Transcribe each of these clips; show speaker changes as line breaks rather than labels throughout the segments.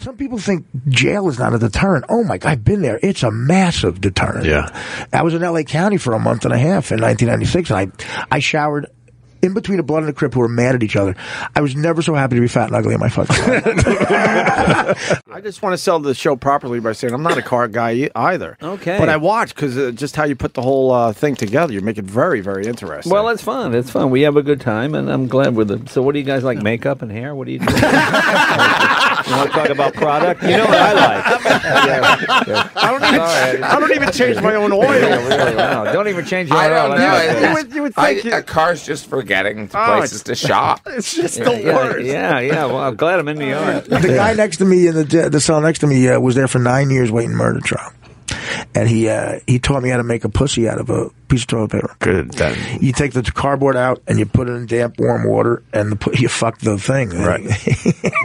Some people think jail is not a deterrent. Oh my God, I've been there. It's a massive deterrent.
Yeah.
I was in LA County for a month and a half in 1996, and I, I showered in between a blood and a crip who were mad at each other. I was never so happy to be fat and ugly in my fucking life.
I just want to sell the show properly by saying I'm not a car guy e- either.
Okay.
But I watch because uh, just how you put the whole uh, thing together, you make it very, very interesting.
Well, it's fun. It's fun. We have a good time, and I'm glad with it. So, what do you guys like? Makeup and hair? What do you do? you want to talk about product? You know what I like.
I don't even, I don't even change my own oil.
oh, Wow, don't even change your
I
oil.
don't know.
That's
You
okay.
It's-
would- you would
I-
think it-
a car's just for getting to
Oh,
places to shop.
It's just the
Yeah,
worst.
yeah, yeah. Well, I'm glad I'm in New York.
the guy next to me in the the cell next to me uh, was there for nine years waiting murder trial, and he uh, he taught me how to make a pussy out of a piece of toilet paper.
Good. That,
You take the cardboard out and you put it in damp, warm water, and the, pu- you fuck the thing.
Right.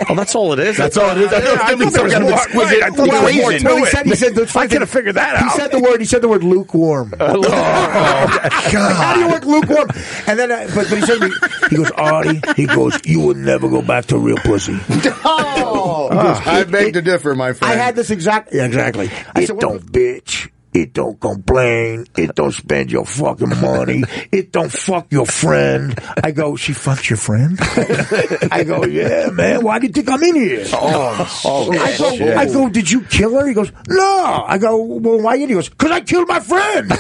oh, that's all it is. That's all it is. I
I
thought
thought there was more- right, I thought there was more to it. He said- he said the-
I could have figured that
He
out.
said the word. He said the word lukewarm. How do you work lukewarm? And then, I, but, but he said, to me, he goes, Artie. He goes, you will never go back to real pussy.
I beg to differ, my friend.
I had this exact. Yeah, exactly. I said, don't bitch. It don't complain. It don't spend your fucking money. It don't fuck your friend. I go, she fucks your friend? I go, yeah, man. Why do you think I'm in here?
Oh,
I go,
shit.
I go, did you kill her? He goes, no. I go, well, why you? He goes, because I killed my friend.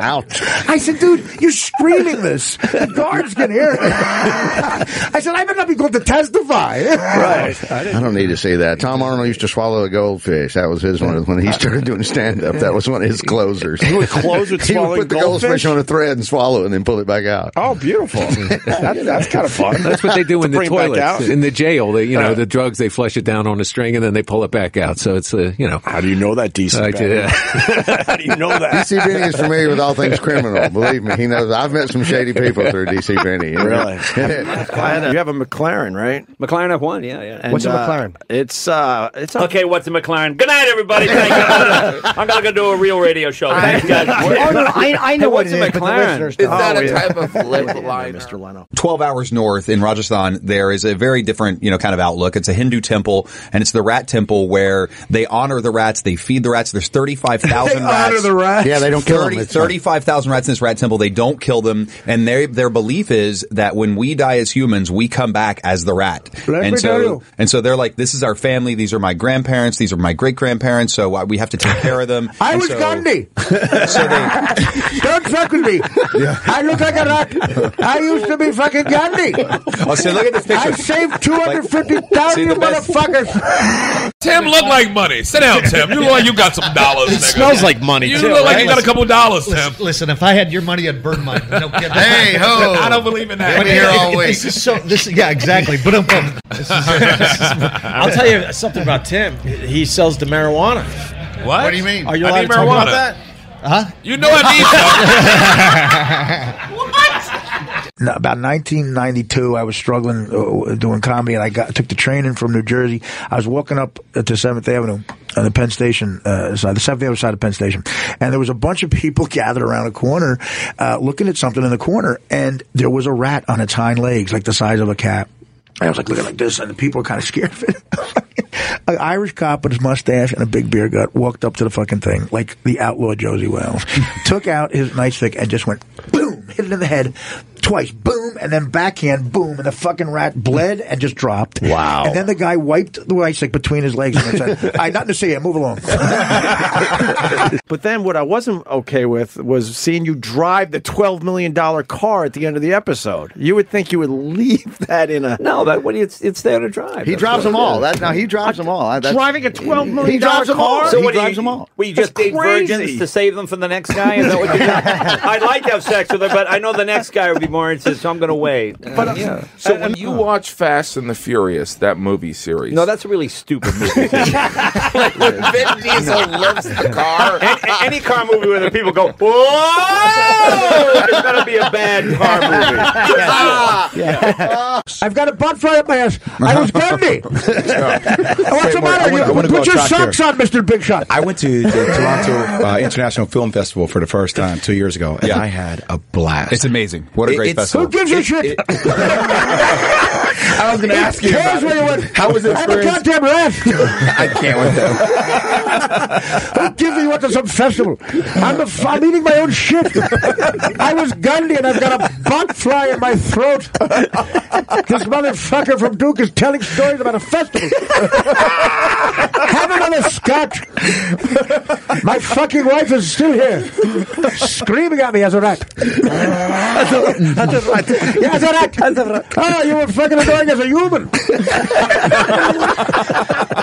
Ouch.
I said, dude, you're screaming this. The guards can hear it. I said, I better not be called to testify.
I don't need to see that. Tom Arnold used to swallow a goldfish. That was his one when he started doing stand up. That was one of his closers. He would
close with swallowing
put the
goldfish?
goldfish on a thread and swallow it and then pull it back out.
Oh, beautiful. That- that's kind of fun.
That's what they do in the
bring it back out. Uh-huh.
toilets in the jail. They, you know, the drugs they flush it down on a string and then they pull it back out. So it's a, you know,
How do you know that decent?
I
guy?
did, uh,
How do you know that?
DC Benny is familiar with all things criminal. Believe me, he knows. I've met some shady people through DC Benny. you know.
Really?
I had a- you have a McLaren, right?
McLaren F one. Yeah, yeah.
And,
What's a
uh,
McLaren?
it's uh, it's a
Okay, what's a McLaren? Good night, everybody. Thank you. I'm not gonna do a real radio show. Thanks, guys.
Oh, no, I, I know
Hey,
what
what's
it is,
a
but the
McLaren?
listeners
Is
don't.
that a type of lip liner?
Mr. Leno.
12 hours north in Rajasthan, there is a very different, you know, kind of outlook. It's a Hindu temple and it's the rat temple where they honor the rats. They feed the rats. There's 35,000 rats.
rats.
Yeah, they don't kill
30
him.
35,000 rats in this rat temple. They don't kill them. And they, their belief is that when we die as humans, we come back as the rat.
Let me
and so,
tell you.
and so they're like, this is our family. These are my grandparents. These are my great grandparents. So uh, we have to take care of them.
I
And
was
so-
Gandhi.
So they,
Don't fuck with me. I look like a rat. I used to be fucking Gandhi.
oh, so look at this
I
picture.
saved
See
250,000
the best-
motherfuckers.
Tim look like money. Sit down, Tim. You look like you got some dollars. It
smells like money,
You
too,
look like
right?
you got a couple dollars, Tim.
Listen, listen, if I had your money, I'd burn mine. No kidding.
Hey, ho.
I don't believe in that.
But here all week.
This is so. This is yeah, exactly. But um, um, this is, this is- I'll tell you something about Tim. He sells the marijuana.
What?
What do you mean?
Are you
I
allowed
need
to talk about
marijuana.
that?
You know I need some.
No, about 1992, I was struggling uh, doing comedy, and I got took the train in from New Jersey. I was walking up uh, to Seventh Avenue on the Penn Station uh, side, the Seventh Avenue side of Penn Station, and there was a bunch of people gathered around a corner, uh, looking at something in the corner, and there was a rat on its hind legs, like the size of a cat. And I was like looking like this, and the people were kind of scared of it. An Irish cop with his mustache and a big beer gut walked up to the fucking thing, like the outlaw Josie Wells, took out his nightstick and just went boom, hit it in the head twice, boom, and then backhand, boom, and the fucking rat bled and just dropped.
Wow.
And then the guy wiped the nightstick between his legs and said, "I nothing to see you. Move along."
But then what I wasn't okay with was seeing you drive the twelve million dollar car at the end of the episode. You would think you would leave that in a
No, that what do you- it's it's there to drive.
He
That's
drops
what
them
it
all.
is.
That, now he drops them all. I- That's,
driving a twelve
He
million dollar
drives them all.
car.
So what
do
drives them all.
We just
It's
date
crazy.
virgins to save them from the next guy. Is that what you do? I'd like to have sex with her, but I know the next guy would be more interested, so I'm going to wait. But uh, yeah.
So when you watch Fast and the Furious, that movie series,
no, that's a really stupid movie.
when Vin Diesel lifts the car.
And, and any car movie where the people go, whoa, it's going to be a bad car movie.
Ah!
I've got a butt fly up my ass. I was Gandhi. What's the
wait, uh, I
matter?
wanna- I
You,
wanna go
put your
track here.
socks on, Mister Big Shot.
I went to the Toronto uh, International Film Festival for the first time two years ago, and I had a blast.
It's amazing. What a
It-
great great
It's-
festival.
Who gives a shit?
I was going to ask you.
Cares
About
where
it.
you went.
How was the
Have a
experience?
goddamn rest.
I can't with them.
Who gives you what to some festival? I'm, a, I'm eating my own shit. I was Gandhi and I've got a bug fly in my throat. This motherfucker from Duke is telling stories about a festival. Have another scotch. My fucking wife is still here, screaming at me as a rat. Yeah, as a rat. Oh, you were fucking annoying as a human.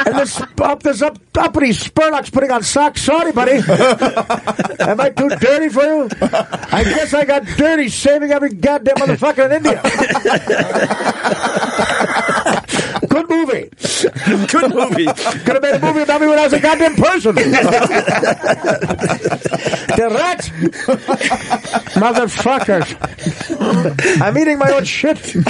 and this up this up uppity spurlock's putting on socks. Sorry, buddy. Am I too dirty for you? I guess I got dirty saving every goddamn motherfucker in India. Good movie.
Good movie.
Could have made a movie about me when I was a goddamn person. the rat. Motherfuckers. I'm eating my own shit with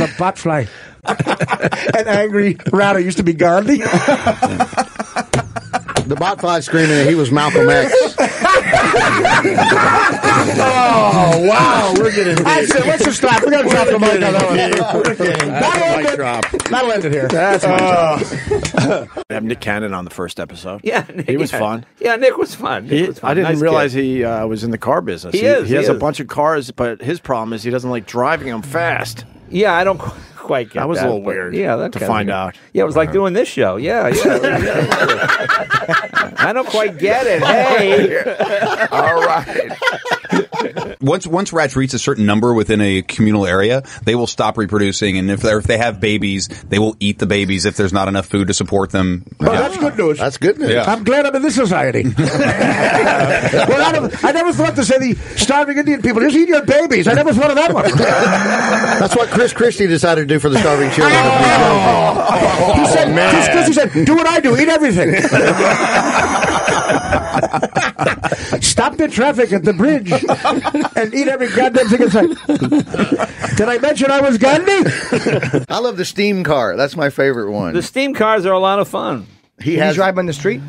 a bot fly. An angry rat who used to be Gandhi.
The bot fly screaming that he was Malcolm X.
Oh wow, we're getting. I said, let's just stop. We're gonna drop the mic on that one. That'll end it. That'll end it here.
That's my job. I have Nick Cannon on the first episode.
Yeah,
he was
yeah.
fun.
Yeah, Nick was fun. Nick
He-
was fun.
I didn't
Nice
realize
kid.
he uh, was in the car business.
He is,
He
he
has a
is.
bunch of cars, but his problem is he doesn't like driving them fast.
Yeah, I don't qu- quite get
That was a little
but
weird
Yeah, that
to
kinda
find
weird.
out.
Yeah, it was like doing this show. Yeah, yeah. I don't quite get it. Hey,
All right.
once once rats reach a certain number within a communal area, they will stop reproducing, and if they if they have babies, they will eat the babies if there's not enough food to support them.
Well, that's good news.
That's good news.
Yeah.
I'm glad I'm in this society. well, I, never, I never thought to say the starving Indian people just eat your babies. I never thought of that one.
That's what Chris Christie decided to do for the starving children. of
Oh.
Vietnam.
he said, just 'cause he said, do what I do, eat everything. Stop the traffic at the bridge and eat every goddamn thing in sight. Did I mention I was Gandhi?
I love the steam car. That's my favorite one.
the steam cars are a lot of fun.
he has
drive on the street?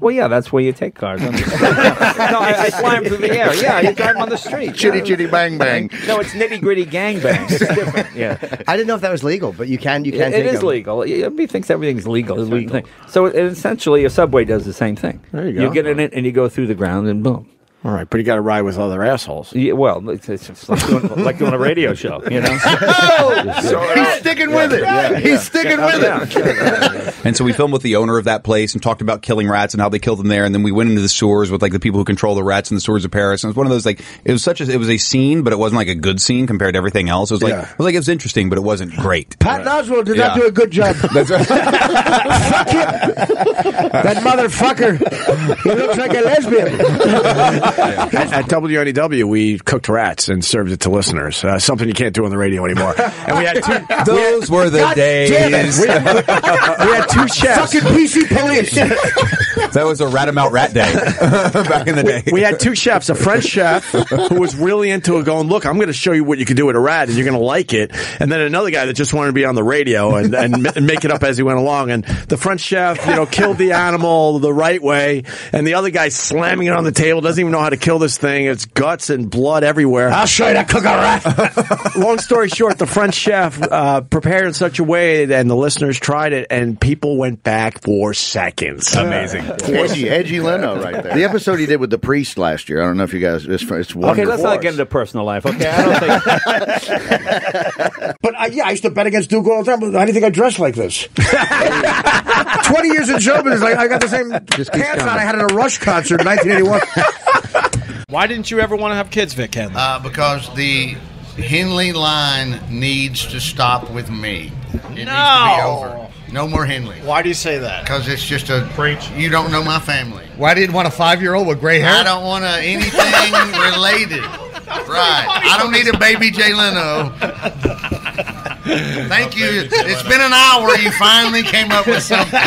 Well, yeah, that's where you take cars. no, I, I fly 'em through the air. Yeah, you drive 'em on the street.
chitty
Yeah.
chitty bang bang.
No, it's nitty gritty gangbangs. It's different. Yeah.
I didn't know if that was legal, but you can. You can.
It- it
take
is
'em.
legal. Yeah, Everybody thinks everything's legal. It's legal. So it, essentially, a subway does the same thing. There
you go.
You get in it and you go through the ground and boom.
All right, but he got to ride with other assholes.
Yeah, well, it's, it's just like, doing, like doing a radio show, you know.
He's
uh,
sticking with it. He's sticking with it.
And so we filmed with the owner of that place and talked about killing rats and how they killed them there. And then we went into the sewers with like the people who control the rats in the sewers of Paris. And it was one of those like it was such a it was a scene, but it wasn't like a good scene compared to everything else. It was like it was like it was interesting, but it wasn't great.
Pat Oswald did not
Yeah.
do a good job. That's right. Fuck him. That motherfucker. He looks like a lesbian.
At, at WNEW, we cooked rats and served it to listeners. Uh, something you can't do on the radio anymore. And we had two.
Those were the
God damn it.
days.
We-
uh, We had two chefs.
Fucking PC police.
that was a rat 'em out rat day back in the day.
we had two chefs, a French chef who was really into it, going, "Look, I'm going to show you what you can do with a rat, and you're going to like it." And then another guy that just wanted to be on the radio and and, ma- and make it up as he went along. And the French chef, you know, killed the animal the right way, and the other guy slamming it on the table doesn't even know how to kill this thing. It's guts and blood everywhere.
I'll show you to cook a rat.
Long story short, the French chef uh, prepared in such a way, and the listeners tried it, and people went back for seconds.
Uh,
Amazing.
Edgy, edgy Leno right there. The episode he did with the priest last year. I don't know if you guys. It's, it's
okay,
wonderful.
let's not get into personal life. Okay, I don't think.
But I, yeah, I used to bet against Duke all the time. How do you think I dress like this? 20 years in show business, I, I got the same
Just keep
pants on
coming.
I had at a Rush concert in 1981.
Why didn't you ever want to have kids, Vic Henley?
Uh, because the Henley line needs to stop with me. It
No.
needs to be over. No more Henley.
Why do you say that?
Because it's just a preach. You don't know my family.
Why didn't want a five-year-old with gray hair?
I don't want to anything related. Right. I don't need a baby Jay Leno. Thank you. It's been an hour. You finally came up with something.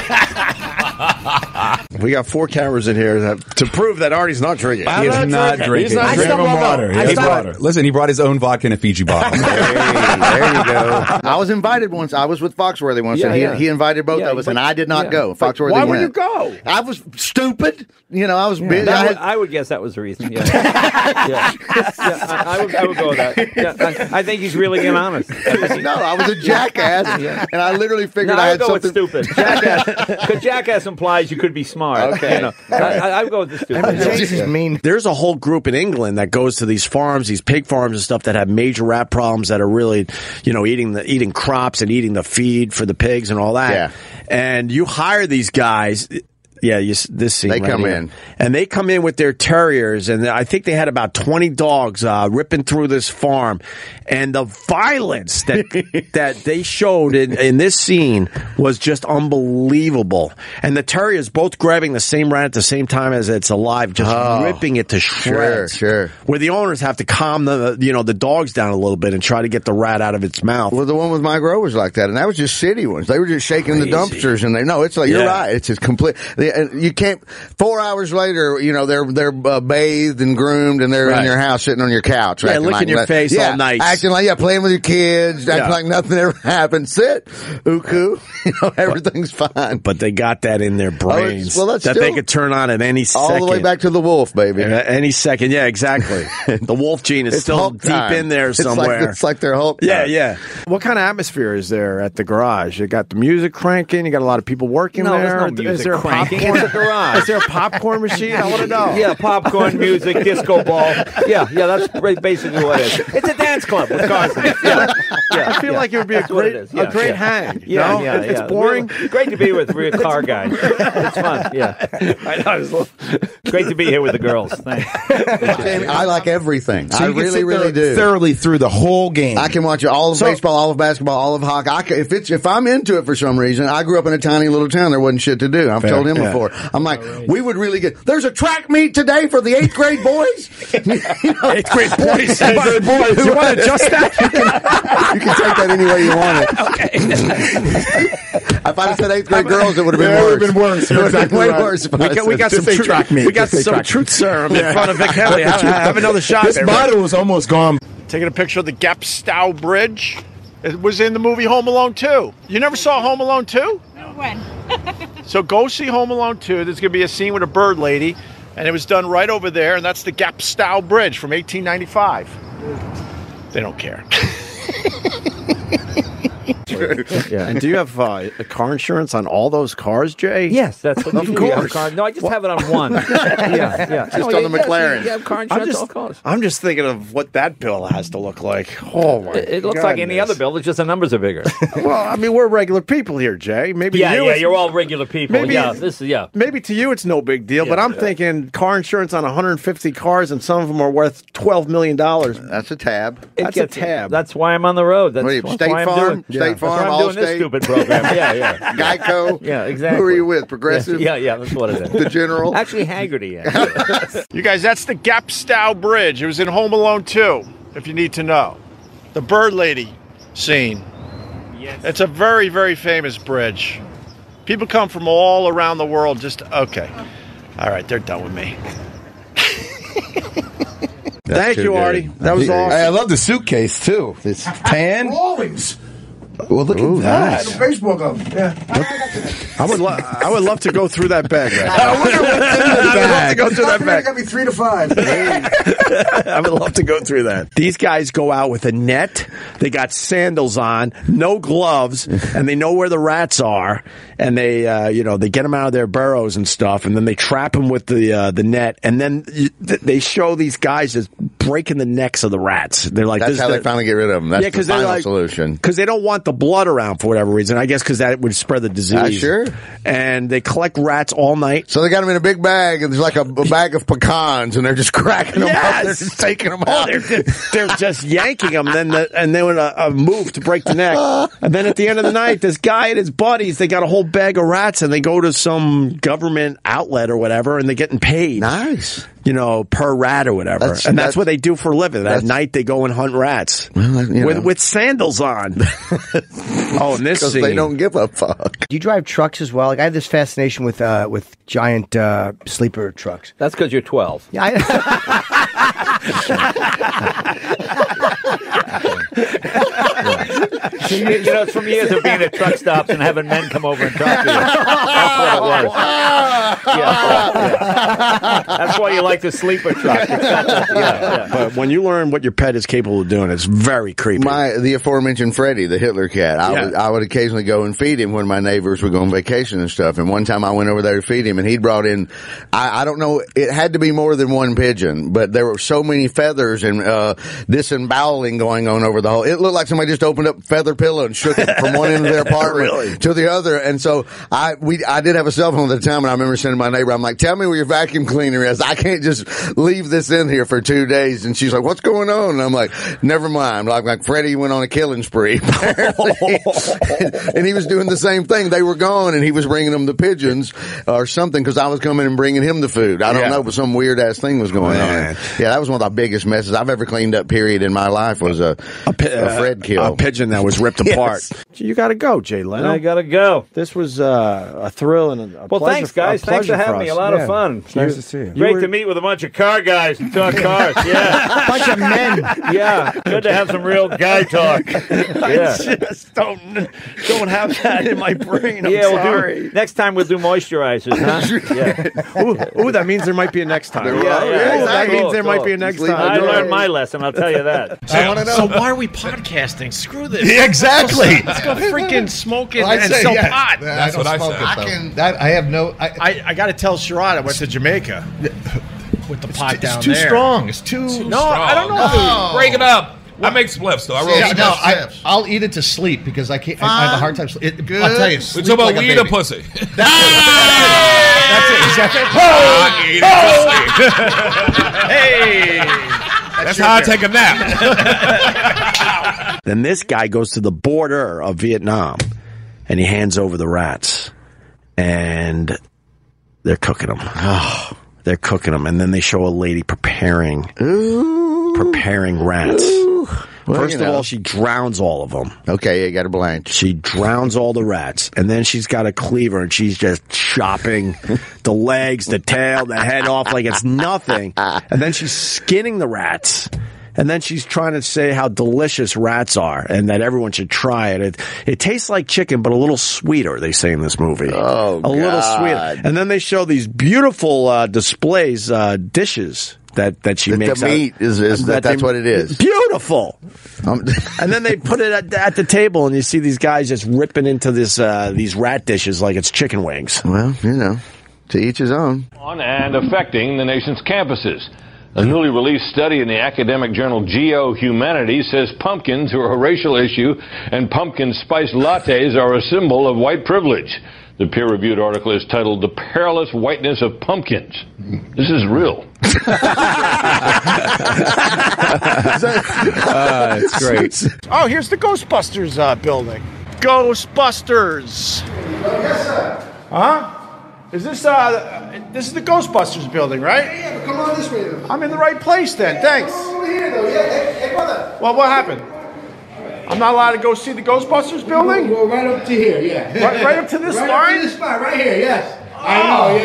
We got four cameras in here that, to prove that Artie's not drinking.
He is not drinking.
He's not drinking.
He brought- Listen, he brought his own vodka in a Fiji bottle.
there you go. I was invited once. I was with Foxworthy once,
Yeah,
and he,
yeah.
he invited both of us, and I did not go. Foxworthy.
why would
went.
you
go? I was stupid. You know, I was
Yeah,
busy.
that
I
would-
had,
I would guess that was the reason. Yeah, yeah. Yeah, I, I would, I would go with that. Yeah, I, I think he's really being honest.
no, I was a jackass, and I literally
no,
figured I
I
had
would go
something.
with stupid. Jackass, because jackass implies you could be smart.
Okay.
you know. I, I, I would go with the stupid.
mean. There's a whole group in England that goes to these farms, these pig farms and stuff that have major rat problems that are really, you know, eating the eating crops and eating the feed for the pigs and all that.
Yeah.
And you hire these guys. Yeah, you, s- this scene.
They
right
come
here.
in.
and they come in with their terriers, and I think they had about twenty dogs uh, ripping through this farm, and the violence that that they showed in, in this scene was just unbelievable. And the terriers both grabbing the same rat at the same time as it's alive, just ripping it to shreds.
Oh, sure.
Where the owners have to calm the you know the dogs down a little bit and try to get the rat out of its mouth.
Well, the one with my grow was like that, and that was just city ones. They were just shaking the
Crazy.
dumpsters, and they no, it's like you're
Yeah.
right. It's just complete. they- and You can't. Four hours later, you know they're they're uh, bathed and groomed, and they're in
Right.
your house sitting on your couch,
Yeah,
acting
licking
like
your
noth-
face
yeah,
all nice.
acting like yeah, playing with your kids, acting
Yeah.
like nothing ever happened. Sit, uku, you know everything's fine.
But they got that in their brains
Oh, well, that's
that they
still-
could turn on at any
all
second.
the way back to the wolf, baby.
At any second, yeah, exactly. the wolf gene is
It's
still
Hulk
deep
time.
in there
It's like-
somewhere.
it's like their Hulk
Yeah,
time.
yeah. What kind of atmosphere is there at the garage? You got the music cranking. You got a lot of people working
No, there's
there.
no
Is
music
there a
cranking.
popcorn?
It's a garage.
Is there oh. a popcorn machine? I want to know.
Yeah, popcorn, music, disco ball. Yeah, yeah, that's ba- basically what it is. It's a dance club with cars. in it. Yeah, yeah,
I feel
yeah.
like it would be a
That's what
great-
it is.
a great hang,
Yeah,
no?
yeah,
It- it's
yeah.
boring.
Really great to be with real car guys. It's fun. Yeah, I know. It's lo- great to be here with the girls. Thanks.
Jamie, I like everything.
So
I
you can
really,
sit
really
there
do.
thoroughly through the whole game.
I can watch all of baseball, all of basketball, all of hockey. I can, if it's if I'm into it for some reason, I grew up in a tiny little town. There wasn't shit to do. I've
Fair.
told him
Yeah.
before. I'm like, we would really get. There's a track meet today for the eighth grade boys. eighth
grade boys.
boys.
You want to adjust that?
you, can, you can take that any way you want it. Okay. if I'd have said eighth grade girls, it would have been
It
worse.
would've been worse.
It would have been
Exactly
way
right.
worse. if
We
I'd
got-
have
we
said
got some
this ain't
truth-
track meet.
we got
This ain't
some
track
truth
meet.
serum
Yeah.
in front of Vic Henley. have, have another shot.
This
there, Rick.
bottle is almost gone.
Taking a picture of the Gepstow Bridge. It was in the movie Home Alone 2. You never saw Home Alone 2?
When?
So go see Home Alone 2. There's going to be a scene with a bird lady, and it was done right over there, and that's the Gepstow Bridge from 1895. They don't care.
Yeah. And do you have uh, a car insurance on all those cars, Jay?
Yes, that's what
of
you do. You have
course.
car- no, I just have it on one. Yeah, yeah.
Just
No,
on
Oh, yeah,
the
yes, you-
McLaren.
You have car insurance,
I'm just,
all cars.
I'm just thinking of what that bill has to look like. Oh my!
It, it looks like any other bill. It's just the numbers are bigger.
other. well, I mean, we're regular people here, Jay. Maybe
yeah,
you
yeah,
it's-
you're all regular people.
Maybe
yeah,
it's-
this is yeah.
Maybe to you it's no big deal, but I'm thinking car insurance on 150 cars, and some of them are worth 12 million dollars.
That's a tab.
It
That's
gets-
a tab.
That's why I'm on the road. That's
What are you,
why
State
I'm
Farm?
doing.
State
that's why
Farm,
I'm doing this
Allstate?
stupid program. Yeah, yeah.
Geico.
Yeah, exactly.
Who are you with? Progressive.
Yeah, yeah, that's what it is.
The General?
Actually, Haggerty. Actually.
you guys, that's the Gepstow Bridge. It was in Home Alone 2, if you need to know. The bird lady scene. Yes. It's a very, very famous bridge. People come from all around the world just, okay. All right, they're done with me.
Thank you, Artie. That was awesome.
Hey, I love the suitcase too. It's tan.
Rawlings.
Well, look at that.
Yeah, the baseball glove. Yeah.
I would, lo- I would love to go through that bag. Right now.
I
I would love to go through that bag.
Got me three to five.
I would love to go through that. These guys go out with a net. They got sandals on, no gloves, and they know where the rats are. And they, uh, you know, they get them out of their burrows and stuff, and then they trap them with the uh, the net. And then y- th- they show these guys just breaking the necks of the rats. They're like,
That's
this
how
is
they
the-
finally get rid of them. That's
Yeah,
the
'cause they're
final
like-
solution.
because they don't want the blood around for whatever reason. I guess because that would spread the disease.
Ah, sure.
And they collect rats all night.
So they got them in a big bag, and there's like a, a bag of pecans, and they're just cracking them up. They're
Yes!
just taking them
Oh,
out.
they're just, they're just yanking them, then the, and then a, a move to break the neck, and then at the end of the night, this guy and his buddies they got a whole bag of rats, and they go to some government outlet or whatever, and they're getting paid.
Nice.
you know, per rat or whatever.
That's-
and that's,
that's-
what they do for a living. At
that's-
night, they go and hunt rats
you
with,
know.
with sandals on. oh, and this
'Cause
scene.
they don't give a fuck.
Do you drive trucks as well? Like I have this fascination with uh, with giant uh, sleeper trucks.
That's because you're 12.
Yeah, I,
you, you know, it's from years of being at truck stops and having men come over and talk to you. That's what it was. Yeah. That's why you like the sleeper truck.
But when you learn what your pet is capable of doing, it's very creepy.
My the aforementioned Freddy, the Hitler cat. I
Yeah.
would I would occasionally go and feed him when my neighbors would go on vacation and stuff. And one time I went over there to feed him, and he brought in I, I don't know it had to be more than one pigeon, but there were so many feathers and uh, disemboweling going on over the whole. It looked like somebody just opened up a feather pillow and shook it from one end of their apartment to the other. And so I we I did have a cell phone at the time, and I remember sending my neighbor, I'm like, "Tell me where your vacuum cleaner is. I can't just leave this in here for two days." And she's like, "What's going on?" And I'm like, "Never mind." Like like Freddie went on a killing spree, apparently. and he was doing the same thing. They were gone, and he was bringing them the pigeons or something because I was coming and bringing him the food. I don't
Yeah.
know, but some weird ass thing was going on. Yeah, that was one of the biggest messes I've ever cleaned up. Period in my life was a a, Fred kill,
oh.
a pigeon that was ripped apart. You got to go, Jay Leno.
I gotta go.
This was uh, a thrill and a, a
Well,
pleasure-
thanks, guys.
a
Thanks for
pleasure
having me.
us.
A lot
Yeah.
of fun.
nice to see you.
Great to meet with a bunch of car guys and talk cars. Yeah. bunch of men. Yeah. Good to have some real guy talk. Yeah.
I just don't don't have that in my brain. I'm
yeah, we'll
sorry.
do. Next time we'll do moisturizers, huh? Yeah.
Ooh, ooh, that means there might be a next time.
Yeah,
Ooh,
yeah,
that
cool,
means there
cool.
might be a next time.
I learned my lesson. I'll tell you that.
so why are we podcasting? Screw this.
Yeah, exactly.
Let's go freaking smoke it
Well, I
and
say,
sell
yeah,
pot.
I That's don't what I smoke said. it, though. I can- that- I have no. I,
I, got to tell Sherrod I went to Jamaica with the pot down
too
there.
strong. It's too.
No, I don't know.
No.
Break it up. I make spliffs, though. I roll
Yeah,
spliffs.
no, I, I'll eat it to sleep because I can't. I, I have a hard time. sle- It,
Good.
I'll tell you.
We
sleep
talk about
like a
weed or
baby.
pussy?
That's it. Exactly.
I eat
Hey,
That's how I take a nap.
Then this guy goes to the border of Vietnam and he hands over the rats and they're cooking them. Oh, they're cooking them. And then they show a lady preparing, preparing rats.
Well,
First
you
of
know.
all, she drowns all of them.
Okay, you got a blank.
She drowns all the rats, and then she's got a cleaver, and she's just chopping the legs, the tail, the head off like it's nothing. And then she's skinning the rats, and then she's trying to say how delicious rats are and that everyone should try it. It, it tastes like chicken, but a little sweeter. They say in this movie, oh, a little
God.
sweeter. And then they show these beautiful uh, displays, uh, dishes. That, that she
The- the
makes
meat
out,
is- is- that- that's
they-
what it is.
Beautiful. and then they put it at, at the table, and you see these guys just ripping into this uh, these rat dishes like it's chicken wings.
Well, you know, to each his own.
on and affecting the nation's campuses. A newly released study in the academic journal Geo Humanities says pumpkins are a racial issue and pumpkin spice lattes are a symbol of white privilege. The peer reviewed article is titled The Perilous Whiteness of Pumpkins. This is real.
it's great.
Oh, here's the Ghostbusters uh, building. Ghostbusters. Yes, sir. Huh? Is this uh? This is the Ghostbusters building, right? Yeah, yeah but come on this way. I'm in the right place then. Thanks. over here though. Yeah. Hey, brother. Well, what happened? I'm not allowed to go see the Ghostbusters building. Well, right up to here. Yeah. Right, right up to this
Right up to
line.
this spot, right here, yes. I know,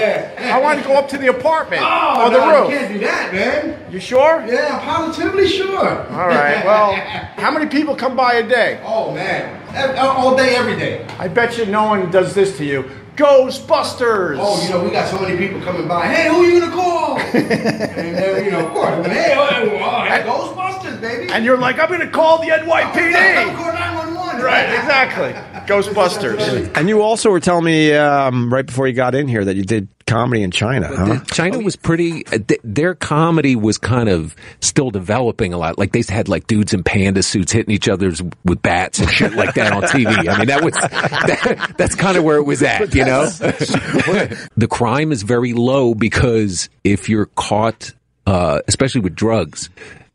yeah.
I want to go up to the apartment
Oh,
or the
no, you
room.
can't do that, man.
You sure?
Yeah, I'm positively sure.
All right. Well, how many people come by a day?
Oh man, Ev- all day, every day.
I bet you no one does this to you. Ghostbusters.
Oh, you know, we got so many people coming by. Hey, who you gonna call? and then, you know, of course, but hey, oh, hey, oh, hey, Ghostbusters, baby.
And you're like, I'm gonna call the
I'm
NYPD.
calling 911.
Right, exactly. Ghostbusters.
And you also were telling me um, right before you got in here that you did comedy in China, huh?
China was pretty. uh, th- Their comedy was kind of still developing a lot. Like they had like dudes in panda suits hitting each other's with bats and shit like that on TV. I mean, that was that, that's kind of where it was at, you know. the crime is very low because if you're caught, uh, especially with drugs,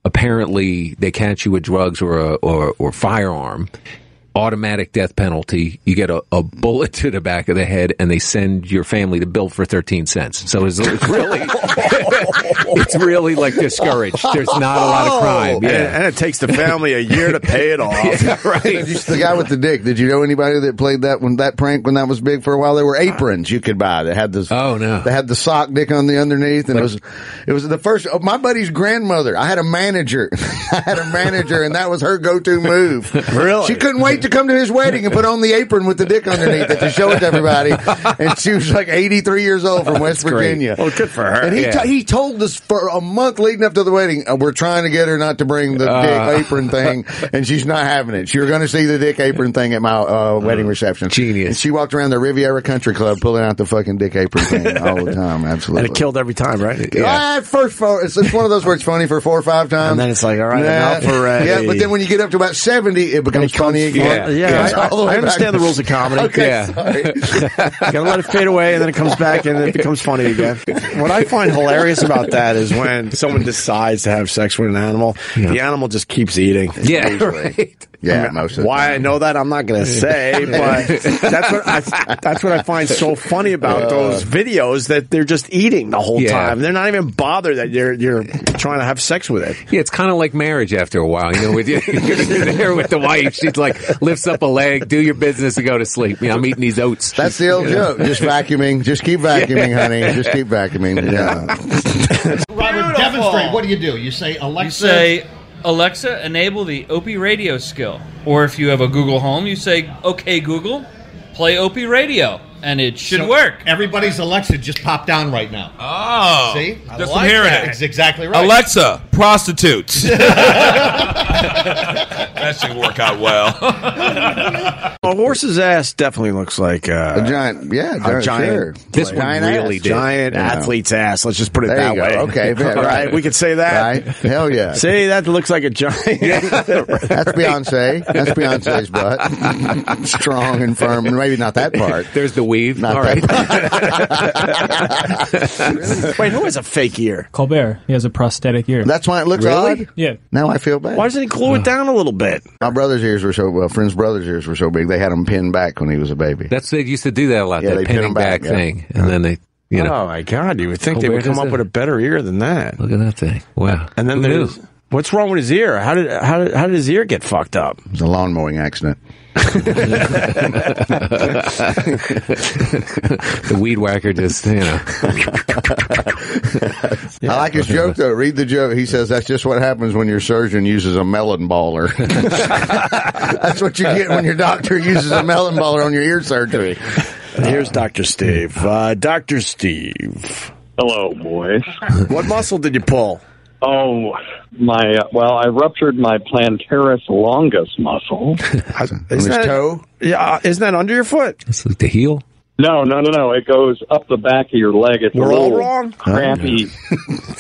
apparently they catch you with drugs or a, or, or firearm.
automatic death penalty. You get a, a bullet to the back of the head, and they send your family to bill for thirteen cents. So it's, it's really, it's really like discouraged. There's not a lot of crime.
And, it,
Yeah.
and it takes the family a year to pay it off.
right. Just the guy with the dick. Did you know anybody that played that when that prank when that was big for a while? There were aprons you could buy that had this. Oh no, they had the sock dick on the underneath, and it was it was the first. Oh, my buddy's grandmother. I had a manager. I had a manager, and that was her go to move.
Really?
she couldn't wait to come to his wedding and put on the apron with the dick underneath it to show it to everybody. And she was like eighty three years old from West Virginia.
Well, good for her.
And he,
Yeah.
t- he told us for a month leading up to the wedding, uh, we're trying to get her not to bring the
Uh.
dick apron thing, and she's not having it. You're going to see the dick apron thing at my uh,
Mm.
wedding reception. Genius. And she walked around the Riviera Country Club pulling out the fucking dick apron thing all the time. Absolutely.
and it killed every time, right?
Ah, at first, fo- it's it's one of those where it's funny for four or five times,
And then it's like, all right, enough already.
Yeah, but then when you get up to about seventy, it becomes funny again.
Yeah,
It's
I,
all the way
I understand
back.
the rules of comedy.
Okay, sorry.
gotta let it fade away, and then it comes back, and then it becomes funny again. What I find hilarious about that is when someone decides to have sex with an animal, the animal just keeps eating.
Yeah,
right. Yeah, most of the
Why I know that, I'm not gonna say, but that's what I, that's what I find so funny about those videos that they're just eating the whole
Yeah.
time. They're not even bothered that you're you're trying to have sex with it.
Yeah, it's kind of like marriage after a while. You know, with you, you're there with the wife, she's like lifts up a leg, do your business, and go to sleep. You know, I'm eating these oats.
That's the old joke. Just vacuuming. Just keep vacuuming, honey. Just keep vacuuming. Yeah.
Robert, demonstrate. What do you do? You say Alexa.
You say, Alexa, enable the Opie radio skill. Or if you have a Google Home, you say, okay, Google, play Opie radio. And it should
So
work.
Everybody's Alexa just popped down right now.
Oh,
See, I
just
like
from hearing
that.
it.
It's exactly right.
Alexa, prostitutes. that should work out well.
A horse's ass definitely looks like uh,
a giant, yeah,
a
giant-
giant.
sure.
This
Like
one
giant
really
ass.
did. giant
Yeah.
athlete's ass. Let's just put it
There
that
you go.
way.
Okay, yeah,
All right,
right.
we could say that.
Right. Hell yeah.
See, that looks like a giant.
That's Beyonce. That's Beyonce's butt. Strong and firm, and maybe not that part.
There's the weave.
Not
All
that
right.
part.
Wait, who has a fake ear?
Colbert. He has a prosthetic ear.
That's why it looks
Really?
odd. Yeah. Now I feel bad.
Why doesn't he glue it down a little bit?
My brother's ears were so well. Friend's brother's ears were so big they had him pinned back when he was a baby.
That's they used to do that a lot.
Yeah,
that
they pin
pinning
'em
back,
back, yeah.
thing, and then they, you know,
Oh my God! You would think they
Colbert
would come
does
up
that.
with a better ear than that.
look at that thing. Wow.
And then
Who knew?
there's what's wrong with his ear? How did how did, how did his ear get fucked up?
It was a lawn mowing accident.
the weed whacker just, you know.
I like his joke though. Read the joke. He says that's just what happens when your surgeon uses a melon baller. that's what you get when your doctor uses a melon baller on your ear surgery.
Here's Doctor Steve. Uh, Doctor Steve.
Hello, boys.
what muscle did you pull?
Oh, my. Uh, well, I ruptured my plantaris longus muscle.
Isn't that, Yeah, uh, isn't that under your foot?
It's like the heel.
No, no, no, no. It goes up the back of your leg. It's a
We're all
little
wrong?
Crampy,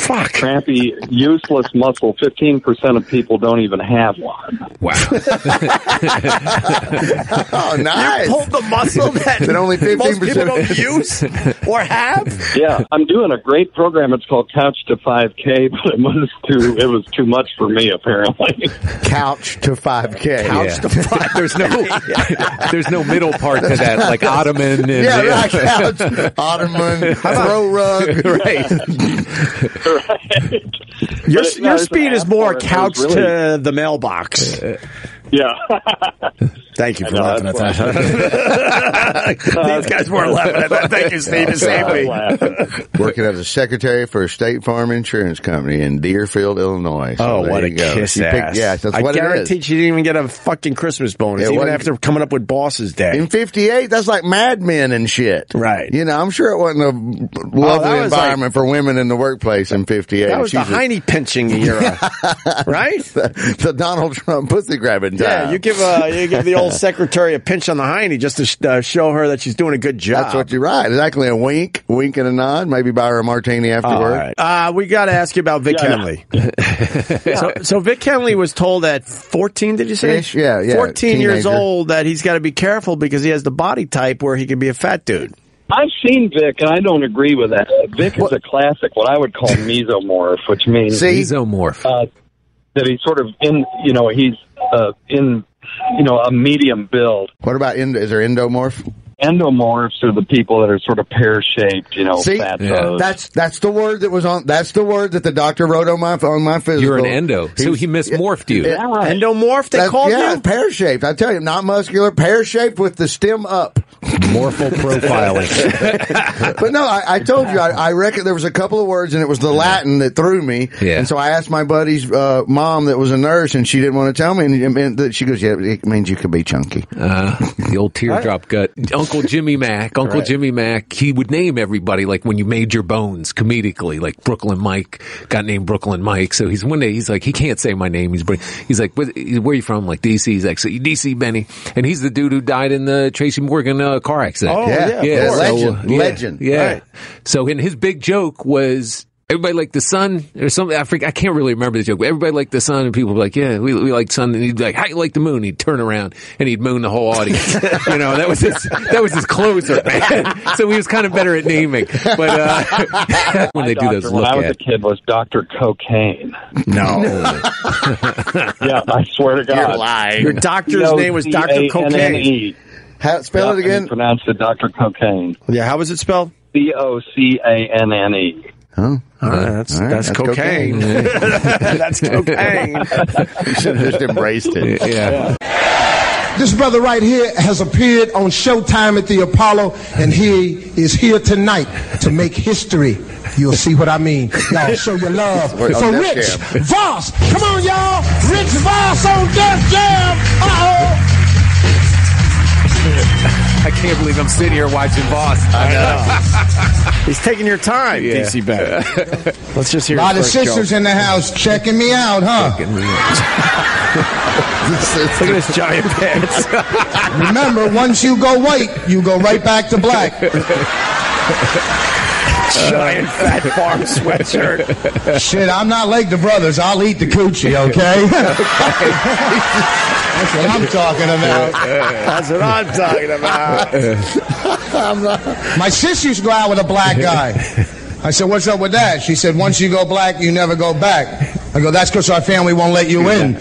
crampy, useless muscle. Fifteen percent of people don't even have one.
Wow.
Oh, nice.
You pulled the muscle that,
That only 15%
most people don't use or have.
Yeah, I'm doing a great program. It's called Couch to 5K, but it was too it was too much for me apparently.
Couch to five k.
Couch to five. There's no, there's no middle part to that, like ottoman. And,
Yeah, right. Couch, ottoman, throw rug.
right.
Your,
But it- no,
your
it's
speed
an
is more
ass part.
couched
It was really-
to the mailbox.
Yeah.
Thank you for
I Uh, know,
laughing at
that's
that. These guys were laughing at that. Thank you, Steve. It saved me.
Working as a secretary for a State Farm Insurance Company in Deerfield, Illinois. So
Oh,
there
what a
you go.
kiss
You pick-
ass!
yeah, that's
I
what it is.
guarantee she didn't even get a fucking Christmas bonus,
It
even
wasn't-
after coming up with Boss's Day.
In '58, that's like Mad Men and shit. Right. You know, I'm sure it wasn't a lovely
Oh, that was
environment for women in the workplace in '58.
That was the
She's a-
hiney pinching era, right?
The, the Donald Trump pussy grabbing time.
Yeah, you give uh, you give the old secretary a pinch on the hiney just to sh- uh, show her that she's doing a good job.
That's what you're right. Exactly. A wink, wink and a nod. Maybe buy her a martini
All
afterward.
right. Uh, we got to ask you about Vic
Yeah.
Henley. so, so Vic Henley was told at 14, did you say?
Ish, yeah, yeah,
14 years
teenager.
old that he's got to be careful because he has the body type where he could be a fat dude.
I've seen Vic, and I don't agree with that. Vic is a classic, what I would call mesomorph, which means
Mesomorph.
Uh, that he's sort of in, you know, he's uh, in, you know, a medium build.
What about end? Is there endomorph?
Endomorphs are the people that are sort of pear shaped, you know,
See,
fat toes.
that's that's the word that was on. That's the word that the doctor wrote on my on my physical.
You're an endo, so he mismorphed you.
Endomorph.
they called
yeah,
you?
pear shaped. I tell you, not muscular, pear shaped with the stem up.
Morphal profiling.
but no, I, I told you, I, I reckon there was a couple of words, and it was the Latin that threw me.
Yeah.
And so I asked my buddy's uh, mom, that was a nurse, and she didn't want to tell me. And, and that- she goes, "Yeah, it means you could be chunky."
Uh, the old teardrop gut. Uncle Jimmy Mack. Uncle
Right.
Jimmy Mack. He would name everybody like when you made your bones comedically, like Brooklyn Mike got named Brooklyn Mike. So he's one day he's like he can't say my name. He's br- he's like where, where are you from? Like DC. He's like "So you DC Benny, and he's the dude who died in the Tracy Morgan uh, car accident.
Oh, yeah, of course.
so, uh,
Legend,
yeah,
legend.
Yeah.
Right.
So and his big joke was. Everybody liked the sun or something. I forget. I can't really remember the joke. But everybody liked the sun, and people were like, "Yeah, we, we like sun." And he'd be like, "How you like the moon?" He'd turn around and he'd moon the whole audience. you know, that was his that was his closer. Man. so he was kind of better at naming. But uh, when they do
doctor
those,
when
look
I was
at
a kid was Dr. Cocaine.
no.
yeah, I swear to God.
You're lying. Your doctor's name was Dr. Cocaine.
How,
spell it again?
Pronounced E. it Dr. Cocaine.
Yeah, how was it spelled?
C O C A N N E.
Oh, all
right. That's,
All right,
that's,
that's
cocaine.
cocaine.
that's cocaine.
you should have just embraced it.
Yeah.
This brother right here has appeared on Showtime at the Apollo, and he is here tonight to make history. You'll see what I mean. Y'all show your love for
We're on Def
Rich
Jam.
Voss. Come on, y'all. Rich Voss on Def Jam. Uh-oh.
I can't believe I'm sitting here watching Boss.
I know. He's taking your time,
Yeah.
DC Bennett. Let's just
A
hear
lot of
his first
sisters
joke.
in the house checking me out, huh?
Look at his giant pants.
Remember, once you go white, you go right back to black.
Giant fat farm sweatshirt.
Shit, I'm not like the brothers. I'll eat the coochie, okay? That's what I'm talking about.
That's what I'm talking about.
My sister used to go out with a black guy. I said, What's up with that? She said, Once you go black, you never go back. I go, That's because our family won't let you in.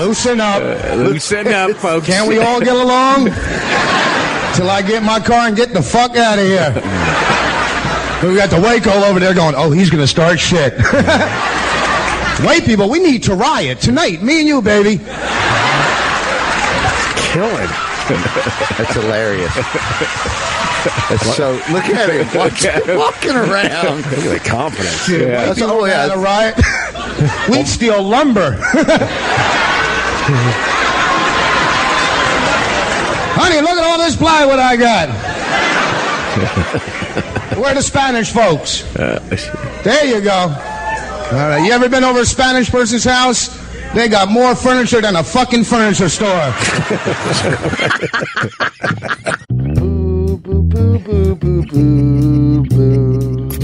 Loosen up.
Loosen up, folks.
Can't we all get along? Till I get in my car and get the fuck out of here. We got the Waco over there going, oh, he's going to start shit. White people, we need to riot tonight. Me and you, baby.
Killing.
That's hilarious. That's so look at him
Look at
walking,
him.
walking around.
Look at the confidence.
Shit,
Yeah.
White
oh,
people had a oh, riot. We'd steal lumber. Honey, look at all this plywood I got. Where are the Spanish folks? There you go. All right. You ever been over a Spanish person's house? They got more furniture than a fucking furniture store.
boo, boo, boo, boo, boo.